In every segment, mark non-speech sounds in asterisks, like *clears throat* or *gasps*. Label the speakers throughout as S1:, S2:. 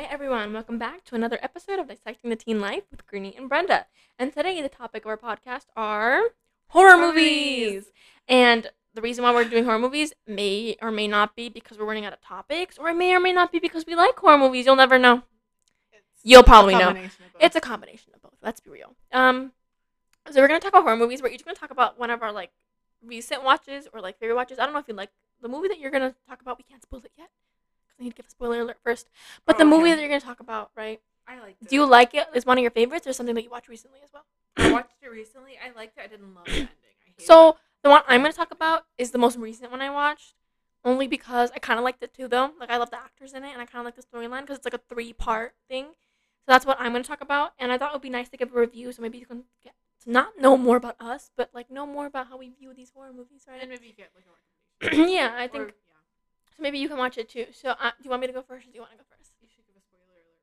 S1: welcome back to another episode of Dissecting the Teen Life with Greenie and Brenda. And today, the topic of our podcast are horror movies.
S2: Movies.
S1: And the reason why we're doing horror movies may or may not be because we're running out of topics, or it may or may not be because we like horror movies. You'll never know.
S2: It's
S1: You'll
S2: a
S1: probably know.
S2: combination of both.
S1: It's a combination of both. Let's be real. Um, so we're gonna talk about horror movies. We're each gonna talk about one of our like recent watches or like favorite watches. I don't know if you like the movie that you're gonna talk about. We can't spoil it yet because I need to give a spoiler alert first. But
S2: Oh,
S1: the movie
S2: okay.
S1: that you're gonna talk about, right?
S2: I liked it.
S1: Do you like it? Is one of your favorites or something that you watched recently as well?
S2: I watched it recently. I liked it. I didn't love the ending. I hated it.
S1: So the one I'm gonna talk about is the most recent one I watched, only because I kind of liked it too, though. Like I love the actors in it, and I kind of like the storyline because it's like a three-part thing. So that's what I'm gonna talk about, and I thought it would be nice to give a review, so maybe you can get to not know more about us, but like know more about how we view these horror movies,
S2: and
S1: right?
S2: maybe you get like a recommendation.
S1: *clears throat* yeah, I think
S2: Or, yeah,
S1: so. Maybe you can watch it too. So uh, do you want me to go first, or do you want to go first?
S2: you should give a spoiler alert.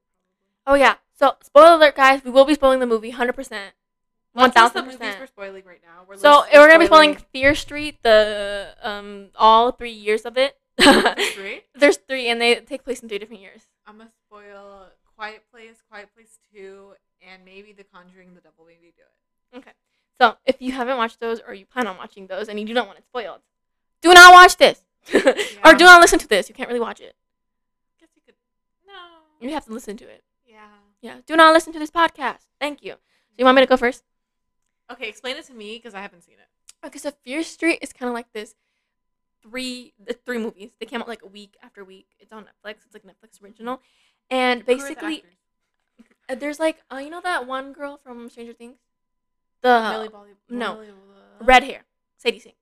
S2: Probably.
S1: Oh yeah. So spoiler alert, guys, we will be spoiling the movie, hundred percent, one
S2: Let's list
S1: thousand
S2: The movies
S1: percent.
S2: we're spoiling right now. We're
S1: So
S2: list-
S1: we're gonna be
S2: spoiling
S1: spoiling
S2: *laughs*
S1: Fear Street, the um all three years of it. *laughs*
S2: Fear Street.
S1: There's three, and they take place in three different years.
S2: I'm gonna spoil Quiet Place, Quiet Place Two, and maybe The Conjuring. The Devil Made Me Do It.
S1: So if you haven't watched those, or you plan on watching those, and you do not want it spoiled, do not watch this, *laughs* or do not listen to this. You can't really watch it.
S2: Guess you could. No.
S1: You have to listen to it.
S2: Yeah.
S1: Yeah. Do not listen to this podcast. Thank you. So you want me to go first?
S2: Okay, explain it to me because I haven't seen it.
S1: Okay. So Fear Street is kind of like this. Three, the three movies. They came out like a week after week. It's on Netflix. It's like Netflix original, and
S2: Who are the
S1: basically
S2: actors?
S1: Uh, There's like, uh, you know that one girl from Stranger Things? The
S2: Millie Bobby.
S1: uh, no.
S2: Millie Bobby-
S1: red hair, Sadie Sink.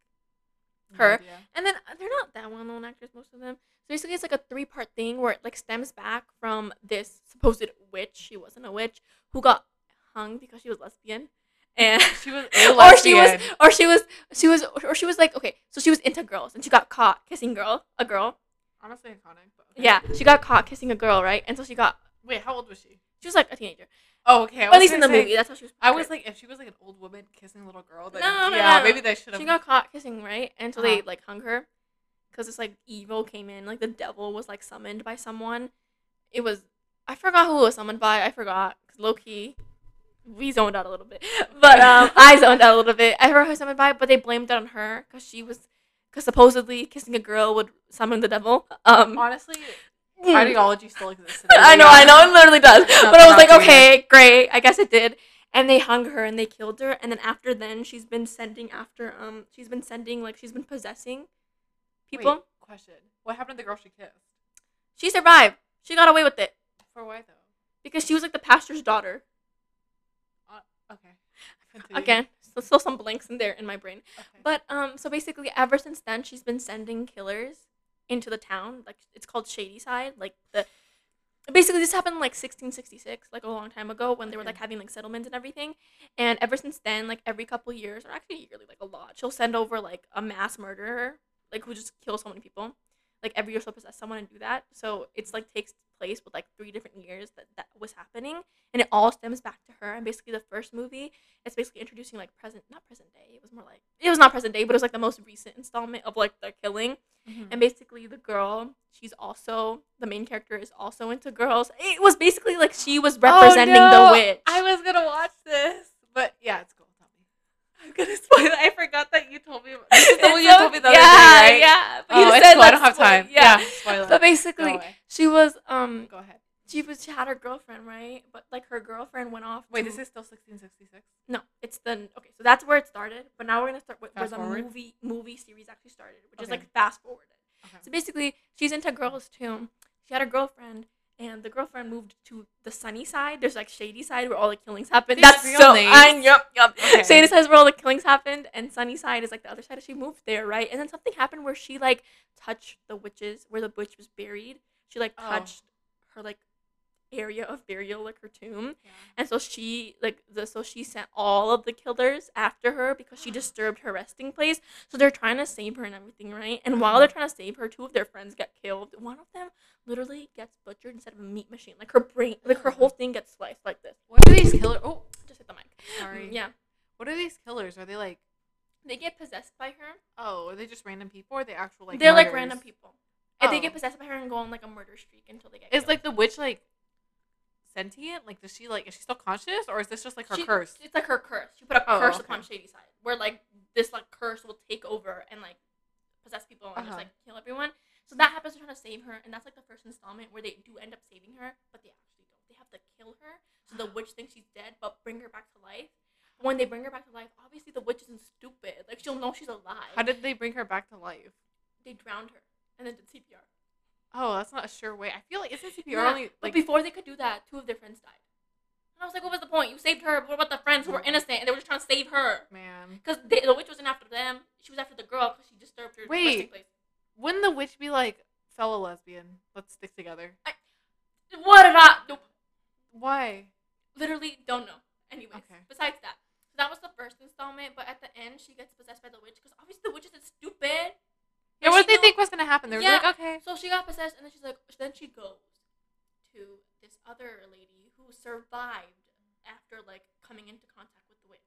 S2: No
S1: her.
S2: idea.
S1: And then uh, they're not that well known actors, most of them. So basically, it's like a three part thing where it like stems back from this supposed witch. She wasn't a witch who got hung because she was lesbian. And *laughs*
S2: She was a
S1: or she was
S2: lesbian.
S1: or she was she was or she was like okay so she was into girls and she got caught kissing girl a girl
S2: honestly iconic. But okay.
S1: yeah she got caught kissing a girl right and so she got
S2: Wait, how old was she?
S1: she was like a teenager
S2: Oh, okay. I
S1: at
S2: was
S1: least in the
S2: gonna say-
S1: movie that's how she was
S2: I was
S1: portrayed.
S2: like, if she was like an old woman kissing a little girl, then
S1: No, no,
S2: yeah,
S1: no.
S2: maybe they should have.
S1: She got caught kissing, right? And so they
S2: Uh-huh.
S1: like hung her because it's like evil came in, like the devil was like summoned by someone. It was I forgot who it was summoned by. I forgot because low key we zoned out a little bit, *laughs* but um I zoned out a little bit. I forgot who it was summoned by, but they blamed it on her because she was because supposedly kissing a girl would summon the devil. Um,
S2: Honestly, Hmm.
S1: mm.
S2: ideology still exists. *laughs* in
S1: I know,
S2: India.
S1: I know, it literally does.
S2: It's not
S1: But I was
S2: about
S1: like,
S2: doing
S1: okay, great, I guess it did. And they hung her and they killed her. And then after then, she's been sending after um, she's been sending like she's been possessing people.
S2: Wait, question: What happened to the girl she kissed?
S1: She survived. She got away with it
S2: For why though?
S1: because she was like the pastor's daughter.
S2: Okay. *laughs* Continue.
S1: Again, so still some blanks in there in my brain.
S2: Okay.
S1: But um, so basically, ever since then, she's been sending killers into the town. Like it's called Shady Side. Like the basically this happened like 1666, like a long time ago when they were
S2: Okay.
S1: like having like settlements and everything. And ever since then, like every couple years or actually yearly, like a lot, she'll send over like a mass murderer, like who just kills so many people. Like every year she'll possess someone and do that. So it's like takes place with like three different years that that was happening, and it all stems back to her. And basically, the first movie it's basically introducing like present not present day it was more like it was not present day but it was like the most recent installment of like the killing
S2: Mhm.
S1: and basically the girl she's also the main character is also into girls it was basically like she was representing
S2: Oh, no,
S1: the witch
S2: I was gonna watch this, but yeah, it's cool. Tell me. *laughs* I'm gonna spoil. it. I forgot that you told me. *laughs* About-
S1: *laughs*
S2: this *laughs* is the
S1: It's
S2: one you
S1: so-
S2: told me the
S1: yeah,
S2: other day, right?
S1: yeah but you
S2: Oh, it's
S1: said
S2: cool. I don't have
S1: that's what-
S2: time.
S1: yeah,
S2: spoil
S1: but
S2: it. Go
S1: basically
S2: away.
S1: she was um
S2: Go ahead.
S1: she was she had her girlfriend right but like her girlfriend went off
S2: Wait,
S1: to-
S2: this is still 1666.
S1: No, it's the okay. So that's where it started, but now we're gonna start with where
S2: Fast
S1: the
S2: forward?
S1: movie movie series actually started, which is
S2: Okay.
S1: like fast forwarded.
S2: Okay.
S1: So basically, she's into girls too. She had a girlfriend, and the girlfriend moved to the sunny side. There's like shady side where all the killings happen.
S2: These
S1: that's
S2: real
S1: so.
S2: names?
S1: I, yep, yep.
S2: Okay.
S1: Shady side is where all the killings happened, and sunny side is like the other side. She moved there, right? And then something happened where she like touched the witches, where the witch was buried. She like
S2: Oh.
S1: touched her like area of burial, like her tomb.
S2: Yeah.
S1: And so she like the so she sent all of the killers after her because
S2: *gasps*
S1: she disturbed her resting place. So they're trying to save her and everything, right? And while
S2: Uh-huh.
S1: they're trying to save her, two of their friends get killed. One of them literally gets butchered instead of a meat machine. Like her brain, like her
S2: *laughs*
S1: whole thing gets sliced like this.
S2: What are these killers? Oh,
S1: Just hit the mic.
S2: sorry.
S1: Yeah,
S2: What are these killers? Are they like?
S1: they get possessed by her.
S2: Oh, are they just random people? Or are they actual like?
S1: they're like
S2: murderers?
S1: random people. And they
S2: Oh.
S1: get possessed by her and go on like a murder streak until they get.
S2: Is
S1: killed.
S2: like the witch like sentient? Like, does she like is she still conscious, or is this just like her
S1: She-
S2: curse?
S1: It's like her curse. She put a
S2: Oh,
S1: curse
S2: okay.
S1: upon Shady Side, where like this like curse will take over and like possess people and just
S2: Uh-huh.
S1: like kill everyone. So that happens. They're trying to save her, and that's like the first installment where they do end up saving her, but they actually don't. They have to kill her, so the witch thinks she's dead, but bring her back to life. When they bring her back to life, obviously the witch isn't stupid. Like she'll know she's alive.
S2: How did they bring her back to life?
S1: they drowned her and then did CPR?
S2: Oh, that's not a sure way. I feel like isn't CPR
S1: Yeah,
S2: only
S1: But
S2: like
S1: before they could do that, two of their friends died. And I was like, what was the point? You saved her. What about the friends who
S2: Mm.
S1: were innocent and they were just trying to save her?
S2: man?
S1: Because the witch wasn't after them. She was after the girl because she disturbed her
S2: Wait.
S1: resting place.
S2: Wouldn't the witch be like fellow lesbian? Let's stick together.
S1: What did I? Nope.
S2: Why?
S1: Literally don't know. Anyways,
S2: Okay.
S1: besides that. So that was the first installment. But at the end, she gets possessed by the witch because obviously the witch is stupid.
S2: Yeah,
S1: Like,
S2: what
S1: she
S2: did they
S1: know-
S2: think was gonna happen? They were
S1: Yeah.
S2: like, okay,
S1: So she got possessed, and then she's like, then she goes to this other lady who survived after like coming into contact with the witch.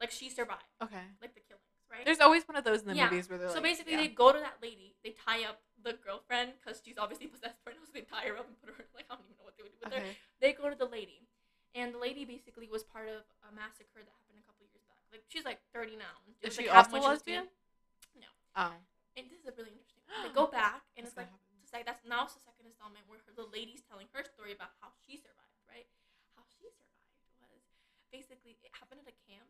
S1: Like she survived,
S2: okay.
S1: like the killings, right?
S2: There's always one of those in the
S1: Yeah.
S2: movies where they're
S1: so
S2: like,
S1: basically,
S2: yeah.
S1: they go to that lady. They tie up the girlfriend because she's obviously *laughs* possessed right now. So they tie her up and put her like I don't even know what they would do with her.
S2: okay.
S1: They go to the lady, and the lady basically was part of a massacre that happened a couple years back. Like she's like thirty now. It
S2: Is
S1: was,
S2: she
S1: like, half
S2: also
S1: when was
S2: lesbian?
S1: No.
S2: Oh,
S1: And this is a really interesting. one.
S2: *gasps*
S1: They go back, and it's like it's like that's now it's the second installment where her, the lady's telling her story about how she survived, right? How she survived was basically it happened at a camp,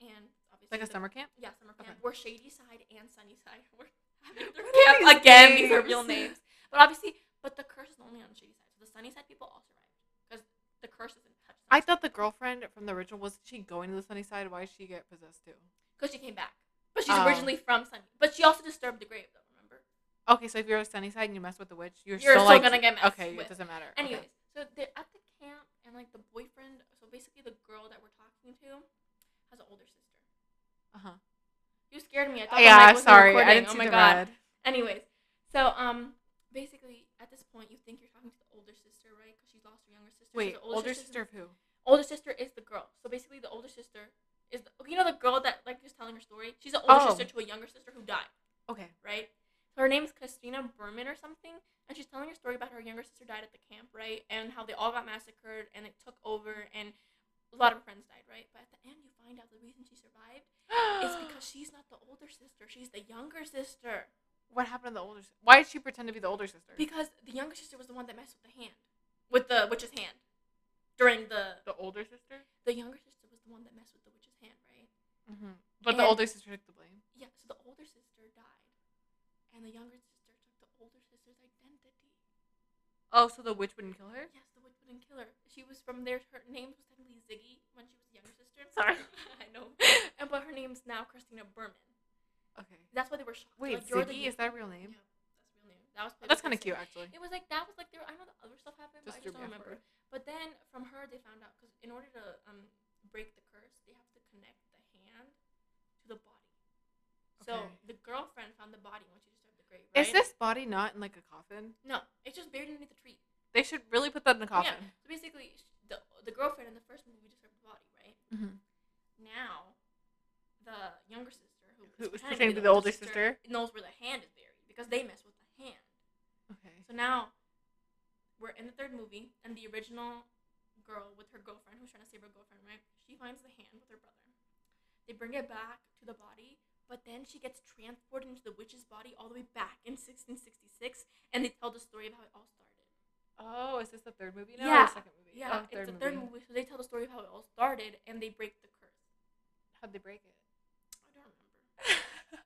S1: and obviously
S2: like a
S1: the-
S2: summer camp.
S1: yeah summer camp
S2: Okay.
S1: where Shady Side and Sunny Side *laughs* were having their
S2: What are
S1: camp
S2: these
S1: again. These are real names,
S2: names?
S1: *laughs* but obviously, but the curse is only on Shady Side, so the Sunny Side people all survived because the curse isn't touched.
S2: I thought the girlfriend from the original wasn't she going to the sunny side? Why did she get possessed too?
S1: because she came back, but she's
S2: Oh.
S1: originally from Sunny, but she also disturbed the grave though. Remember,
S2: Okay, so if you're a sunny side and you mess with the witch, you're,
S1: you're still
S2: still like
S1: gonna get messed
S2: okay.
S1: with.
S2: It doesn't matter. Okay.
S1: Anyways, so they're at the camp, and like the boyfriend, so basically the girl that we're talking to has an older sister.
S2: Uh-huh.
S1: You scared me. I thought
S2: yeah,
S1: the mic wasn't
S2: sorry. I
S1: recording.
S2: didn't
S1: oh
S2: see
S1: my
S2: the
S1: god.
S2: red.
S1: Anyways, so um, basically at this point, you think you're talking to the older sister, right? Because she lost her younger sister. So
S2: Wait,
S1: the
S2: older, sister of who?
S1: Older sister is the girl. So basically, the older sister is the, you know the girl that like is telling her story. She's an older
S2: Oh.
S1: sister to a younger sister who died
S2: *gasps* Okay.
S1: right? So her name's Christina Berman or something, and she's telling her story about her younger sister died at the camp, right? And how they all got massacred and it took over and a lot of her friends died, right? But at the end you find out the reason she survived is
S2: *gasps*
S1: because she's not the older sister, she's the younger sister.
S2: what happened to the older? sis- Why did she pretend to be the older sister?
S1: Because the younger sister was the one that messed with the hand. With the witch's hand. During the
S2: the older sister.
S1: the younger sister was the one that messed with the witch's hand, right?
S2: Mm-hmm. But the
S1: And-
S2: older sister took the blame.
S1: Yeah, so the older sister died. And the younger sister took the older sister's identity.
S2: Oh, so the witch wouldn't kill her?
S1: Yes, the witch wouldn't kill her. She was from there. Her name was technically Ziggy when she was a younger sister.
S2: *laughs* Sorry.
S1: *laughs* I know. And but her name's now Christina Berman.
S2: Okay.
S1: That's why they were shocked. They're
S2: Wait,
S1: like, "You're the
S2: Ziggy
S1: you-"
S2: is that a real
S1: Yeah,
S2: name?
S1: that's real name. That was. played
S2: That's
S1: by
S2: kind of
S1: Kristen.
S2: cute, actually.
S1: It was like that was like there. I know the other stuff happened, but I
S2: Just
S1: just
S2: threw
S1: don't
S2: me off
S1: remember. But then from her, they found out because in order to um break the curse, they have to connect the hand to the body. So
S2: Okay.
S1: the girlfriend found the body when she disturbed the grave.
S2: for it.
S1: Right?
S2: Is this body not in like a coffin?
S1: No, it's just buried underneath the tree.
S2: They should really put that in a coffin.
S1: Yeah. So basically, sh- the the girlfriend in the first movie disturbed the body, right?
S2: Mhm.
S1: Now, the younger sister, who,
S2: Who was
S1: pretending
S2: pretending to be the older sister?
S1: knows where the hand is buried because they mess with the hand.
S2: Okay.
S1: So now, we're in the third movie, and the original girl with her girlfriend, who's trying to save her girlfriend, right? She finds the hand with her brother. They bring it back to the body, but then she gets transported into the witch's body all the way back in 1666, and they tell the story of how it all started.
S2: Oh, is this the third movie now? Or
S1: Yeah.
S2: the second movie?
S1: Yeah,
S2: Oh,
S1: it's the
S2: *laughs*
S1: third movie. So they tell the story of how it all started, and they break the curse.
S2: How'd they break it?
S1: I don't remember.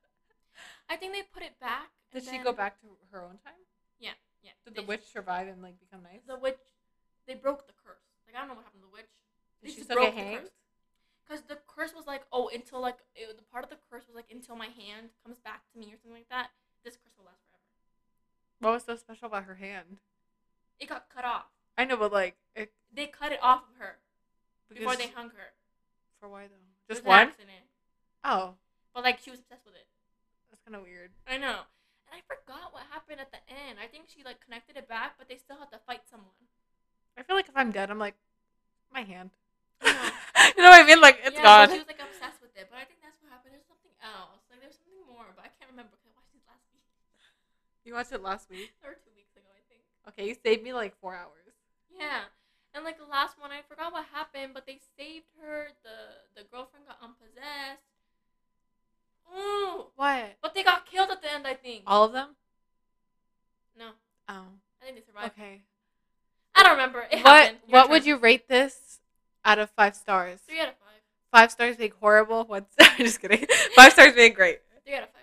S1: I think they put it back. and
S2: *laughs* Did she go
S1: then-
S2: back to her own time?
S1: Yeah.
S2: Did
S1: they-
S2: the witch survive and like become nice?
S1: The witch. They broke the curse. Like I don't know what happened to the witch. They
S2: Did she
S1: just
S2: still get
S1: broke the
S2: hanged?
S1: curse. Cause the curse was like, oh, until like it, was- the part of the curse was like until my hand comes back to me or something like that. This curse will last forever.
S2: What was so special about her hand?
S1: It got cut off.
S2: I know, but like, it,
S1: They cut it off of her before
S2: because-
S1: they hung her.
S2: for why though?
S1: It
S2: Just
S1: was an
S2: one?
S1: accident.
S2: Oh,
S1: But like she was obsessed with it.
S2: that's kind of weird.
S1: I know. And I forgot what happened at the end. I think she like connected it back, but they still had to fight someone.
S2: I feel like if I'm dead, I'm like, my hand. *laughs* you
S1: I
S2: know
S1: know.
S2: what I mean? Like, it's
S1: yeah, but
S2: gone.
S1: she was like obsessed with it. But I think that's what happened. There's something else. Like there's something more, but I can't remember because I watched it last week
S2: You watched it last week.
S1: *laughs* or two weeks ago, I think.
S2: Okay, you saved me like four hours.
S1: Yeah. And like the last one, I forgot what happened, but they saved her. The the girlfriend got unpossessed. Ooh,
S2: What?
S1: but they got killed at the end. I think.
S2: All of them?
S1: No,
S2: Oh.
S1: I think they survived.
S2: Okay.
S1: I don't remember. It
S2: What
S1: happened. Your
S2: what would
S1: turn.
S2: you rate this out of five stars?
S1: Three out of five.
S2: Five stars being horrible. One *laughs* star. Just kidding. Five stars being great.
S1: Three out of five.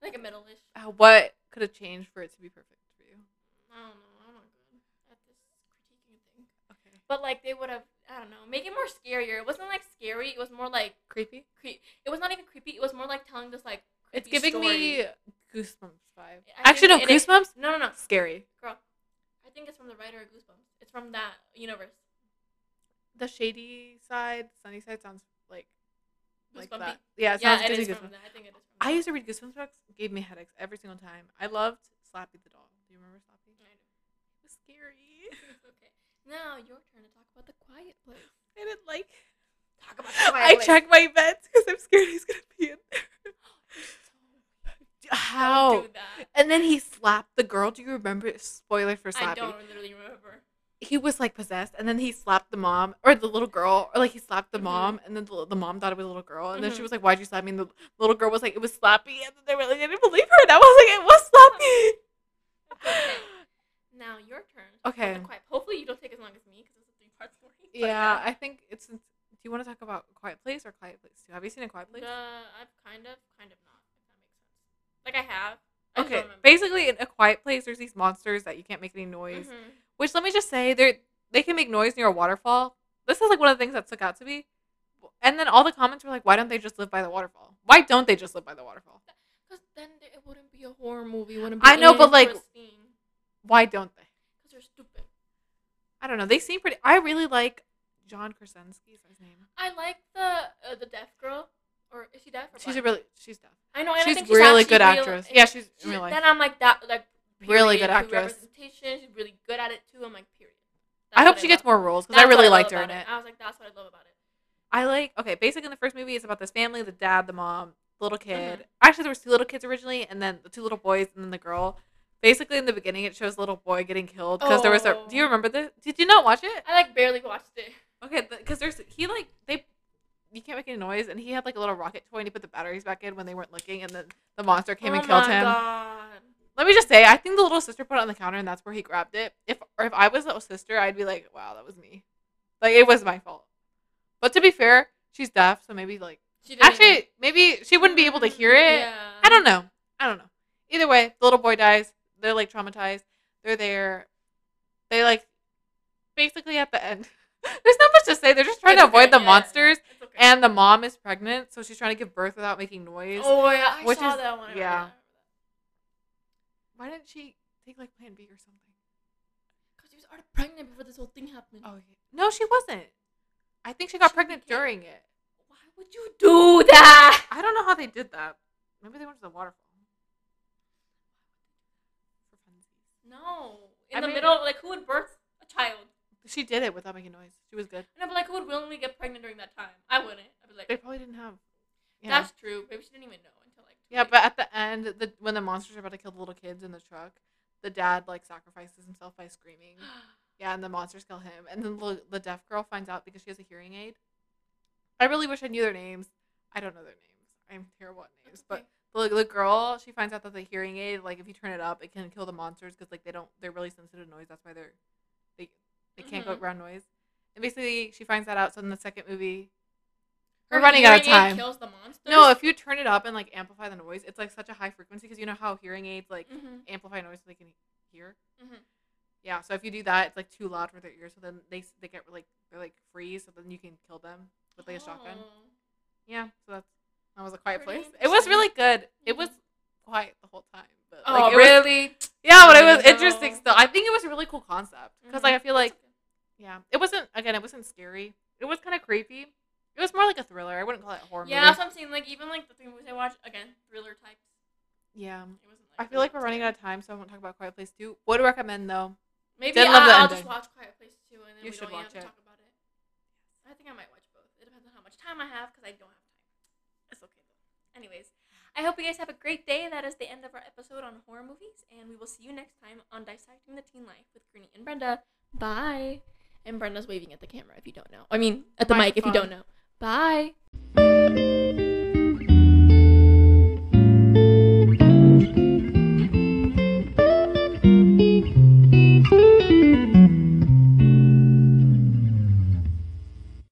S1: Like a middle-ish.
S2: Uh, what could have changed for it to be perfect for you?
S1: I don't know. I'm not good at this critiquing thing.
S2: Okay.
S1: But like they would have, I don't know, make it more scarier. It wasn't like scary. It was more like
S2: Creepy.
S1: creep. It was not even creepy. It was more like telling this like.
S2: It's
S1: creepy
S2: giving me
S1: story.
S2: goosebumps vibe.
S1: I
S2: Actually, no,
S1: think it- it-
S2: goosebumps.
S1: No, no, no,
S2: Scary.
S1: girl. I think it's from the writer of Goosebumps. It's from that universe.
S2: The shady side, sunny side sounds like like
S1: Goosebumpy.
S2: that. Yeah, it
S1: yeah,
S2: sounds
S1: it
S2: gives me
S1: is
S2: goosebumps.
S1: from that. I think it is. From
S2: I
S1: that.
S2: used to read Goosebumps books. Gave me headaches every single time. I loved Slappy the doll. Do you remember Slappy?
S1: I
S2: It was scary.
S1: know. *laughs* okay. Now your turn to talk about the quiet place.
S2: *laughs* I didn't like.
S1: Talk about the quiet
S2: I
S1: place. *gasps*
S2: check my bets because I'm scared he's gonna be
S1: *laughs*
S2: in there.
S1: Don't
S2: How?
S1: do that.
S2: And then he slapped the girl. Do you remember? Spoiler for Slappy.
S1: I don't literally remember.
S2: He was like possessed, and then he slapped the mom or the little girl, or like he slapped the
S1: Mhm.
S2: mom, and then the, the mom thought it was a little girl, and then
S1: Mhm.
S2: she was like, "Why'd you slap me?" And the little girl was like, "It was Slappy," and then they were like, "I didn't believe her," and I was like, "It was
S1: *laughs* Okay.
S2: Slappy."
S1: Now your turn. to talk about
S2: *laughs* Okay.
S1: The quiet. Hopefully you don't take as long as me because it's a three part story. But
S2: yeah, I think it's. Do you want to talk about Quiet Place or Quiet Place Two? Have you seen a Quiet Place?
S1: Uh, I've kind of, kind of not. If that makes sense. Like I have. I just
S2: Okay,
S1: don't remember.
S2: basically in a quiet place, there's these monsters that you can't make any noise.
S1: Mhm.
S2: Which let me just say, they they can make noise near a waterfall. This is like one of the things that stuck out to me. And then all the comments were like, "Why don't they just live by the waterfall? Why don't they just live by the waterfall?
S1: Because then there- it wouldn't be a horror movie. Wouldn't be
S2: I know, but, like-
S1: because
S2: Why don't they?
S1: they're stupid.
S2: I don't know. They seem pretty. I really like John Krasinski. Is that his name?
S1: I like the uh, the deaf girl, or is she deaf? Or
S2: She's a
S1: blind?
S2: really she's deaf.
S1: I know. and I
S2: she's
S1: think
S2: really
S1: actually
S2: good
S1: real-
S2: actress. Yeah, she's in
S1: she's-
S2: real life.
S1: Then I'm like that, like
S2: Really
S1: period,
S2: good
S1: to
S2: actress.
S1: Representation. She's really good at it too. I'm like period.
S2: I
S1: That's
S2: hope
S1: what
S2: she gets
S1: love.
S2: more roles because
S1: That's
S2: I
S1: what
S2: really
S1: love
S2: liked her
S1: about
S2: in it.
S1: I was like, that's what I love about it.
S2: I like okay. Basically, in the first movie, it's about this family: the dad, the mom, the little
S1: Mm-hmm.
S2: kid. Actually, there was two little kids originally, and then the two little boys, and then the girl. Basically, in the beginning, it shows the little boy getting killed because there was a. Do you
S1: Oh.
S2: remember this? Did you not watch it?
S1: I like barely watched it.
S2: Okay, because there's he like they. You can't make any noise, and he had like a little rocket toy, and he put the batteries back in when they weren't looking, and then the monster *laughs* came
S1: oh
S2: and killed
S1: my
S2: him.
S1: God.
S2: Let me just say, I think the little sister put it on the counter, and that's where he grabbed it. If or if I was little sister, I'd be like, "Wow, that was me," like it was my fault. But to be fair, she's deaf, so maybe like
S1: She didn't even-
S2: Actually, maybe she wouldn't be able to hear it.
S1: Yeah.
S2: I don't know. I don't know. Either way, the little boy dies. They're like traumatized. They're there. They like basically at the end. *laughs* There's not much to say. They're just trying to
S1: It's okay,
S2: avoid the
S1: yeah,
S2: monsters.
S1: it's okay.
S2: And the mom is pregnant, so she's trying to give birth without making noise.
S1: oh yeah, I
S2: which
S1: saw
S2: is-
S1: that one. I remember
S2: yeah.
S1: that.
S2: Why didn't she take like Plan B or something?
S1: Because she was already pregnant before this whole thing happened.
S2: Oh yeah. No, she wasn't. I think she got
S1: She
S2: pregnant
S1: became-
S2: during it.
S1: Why would you do that?
S2: I don't know how they did that. Maybe they went to the waterfall. For funsies.
S1: No. In
S2: I
S1: the
S2: mean-
S1: middle, like who would birth a child?
S2: She did it without making noise. She was good.
S1: No, but like who would willingly get pregnant during that time? I wouldn't. I'd be like,
S2: They probably didn't have. Yeah.
S1: that's true. Maybe she didn't even know until like. too
S2: yeah,
S1: late.
S2: but at the end, the when the monsters are about to kill the little kids in the truck, the dad like sacrifices himself by
S1: *gasps*
S2: screaming. *gasps* Yeah, and the monsters kill him, and then the, the deaf girl finds out because she has a hearing aid. I really wish I knew their names. I don't know their names. I'm terrible at names,
S1: That's
S2: but
S1: okay.
S2: the, the girl she finds out that the hearing aid like if you turn it up, it can kill the monsters because like they don't they're really sensitive to noise. That's why they're they they can't
S1: Mhm.
S2: go around noise. And basically, she finds that out. So in the second movie,
S1: Her
S2: we're running out of
S1: hearing aid
S2: time.
S1: Kills the monster. *laughs*
S2: No, if you turn it up and like amplify the noise, it's like such a high frequency because you know how hearing aids like
S1: hmm
S2: amplify noise so they can hear.
S1: Mhm.
S2: Yeah, so if you do that, it's like too loud for their ears. So then they they get like they like freeze. So then you can kill them with like a
S1: Oh.
S2: shotgun. Yeah, so that's that was a quiet
S1: Pretty
S2: place. It was really good. It
S1: Mhm.
S2: was quiet the whole time. But,
S1: Oh,
S2: like, it was-
S1: really? Oh,
S2: yeah, but it was
S1: No. Mm-hmm.
S2: interesting still. I think it was a really cool concept because like I feel like yeah, it wasn't again. It wasn't scary. It was kind of creepy. It was more like a thriller. I wouldn't call it a horror.
S1: Yeah,
S2: movie.
S1: that's what I'm saying. Like even like the three movies I watched, again, thriller types.
S2: yeah.
S1: It wasn't
S2: I feel like we're running out of time, so I won't talk about Quiet Place 2. Would recommend though.
S1: Maybe
S2: Didn't
S1: I,
S2: love the
S1: I'll just
S2: ending.
S1: watch Quiet Place Two, and then
S2: You
S1: we
S2: should
S1: don't even
S2: watch
S1: have to
S2: it.
S1: talk about it. I think I might watch both. It depends on how much time I have, because I don't have time. It's okay though. Anyways, I hope you guys have a great day. That is the end of our episode on horror movies, and we will see you next time on Dissecting the Teen Life with Greeny and Brenda. Bye. And Brenda's waving at the camera if you don't know. I mean, at the mic if you
S2: Microphone.
S1: don't know. Bye.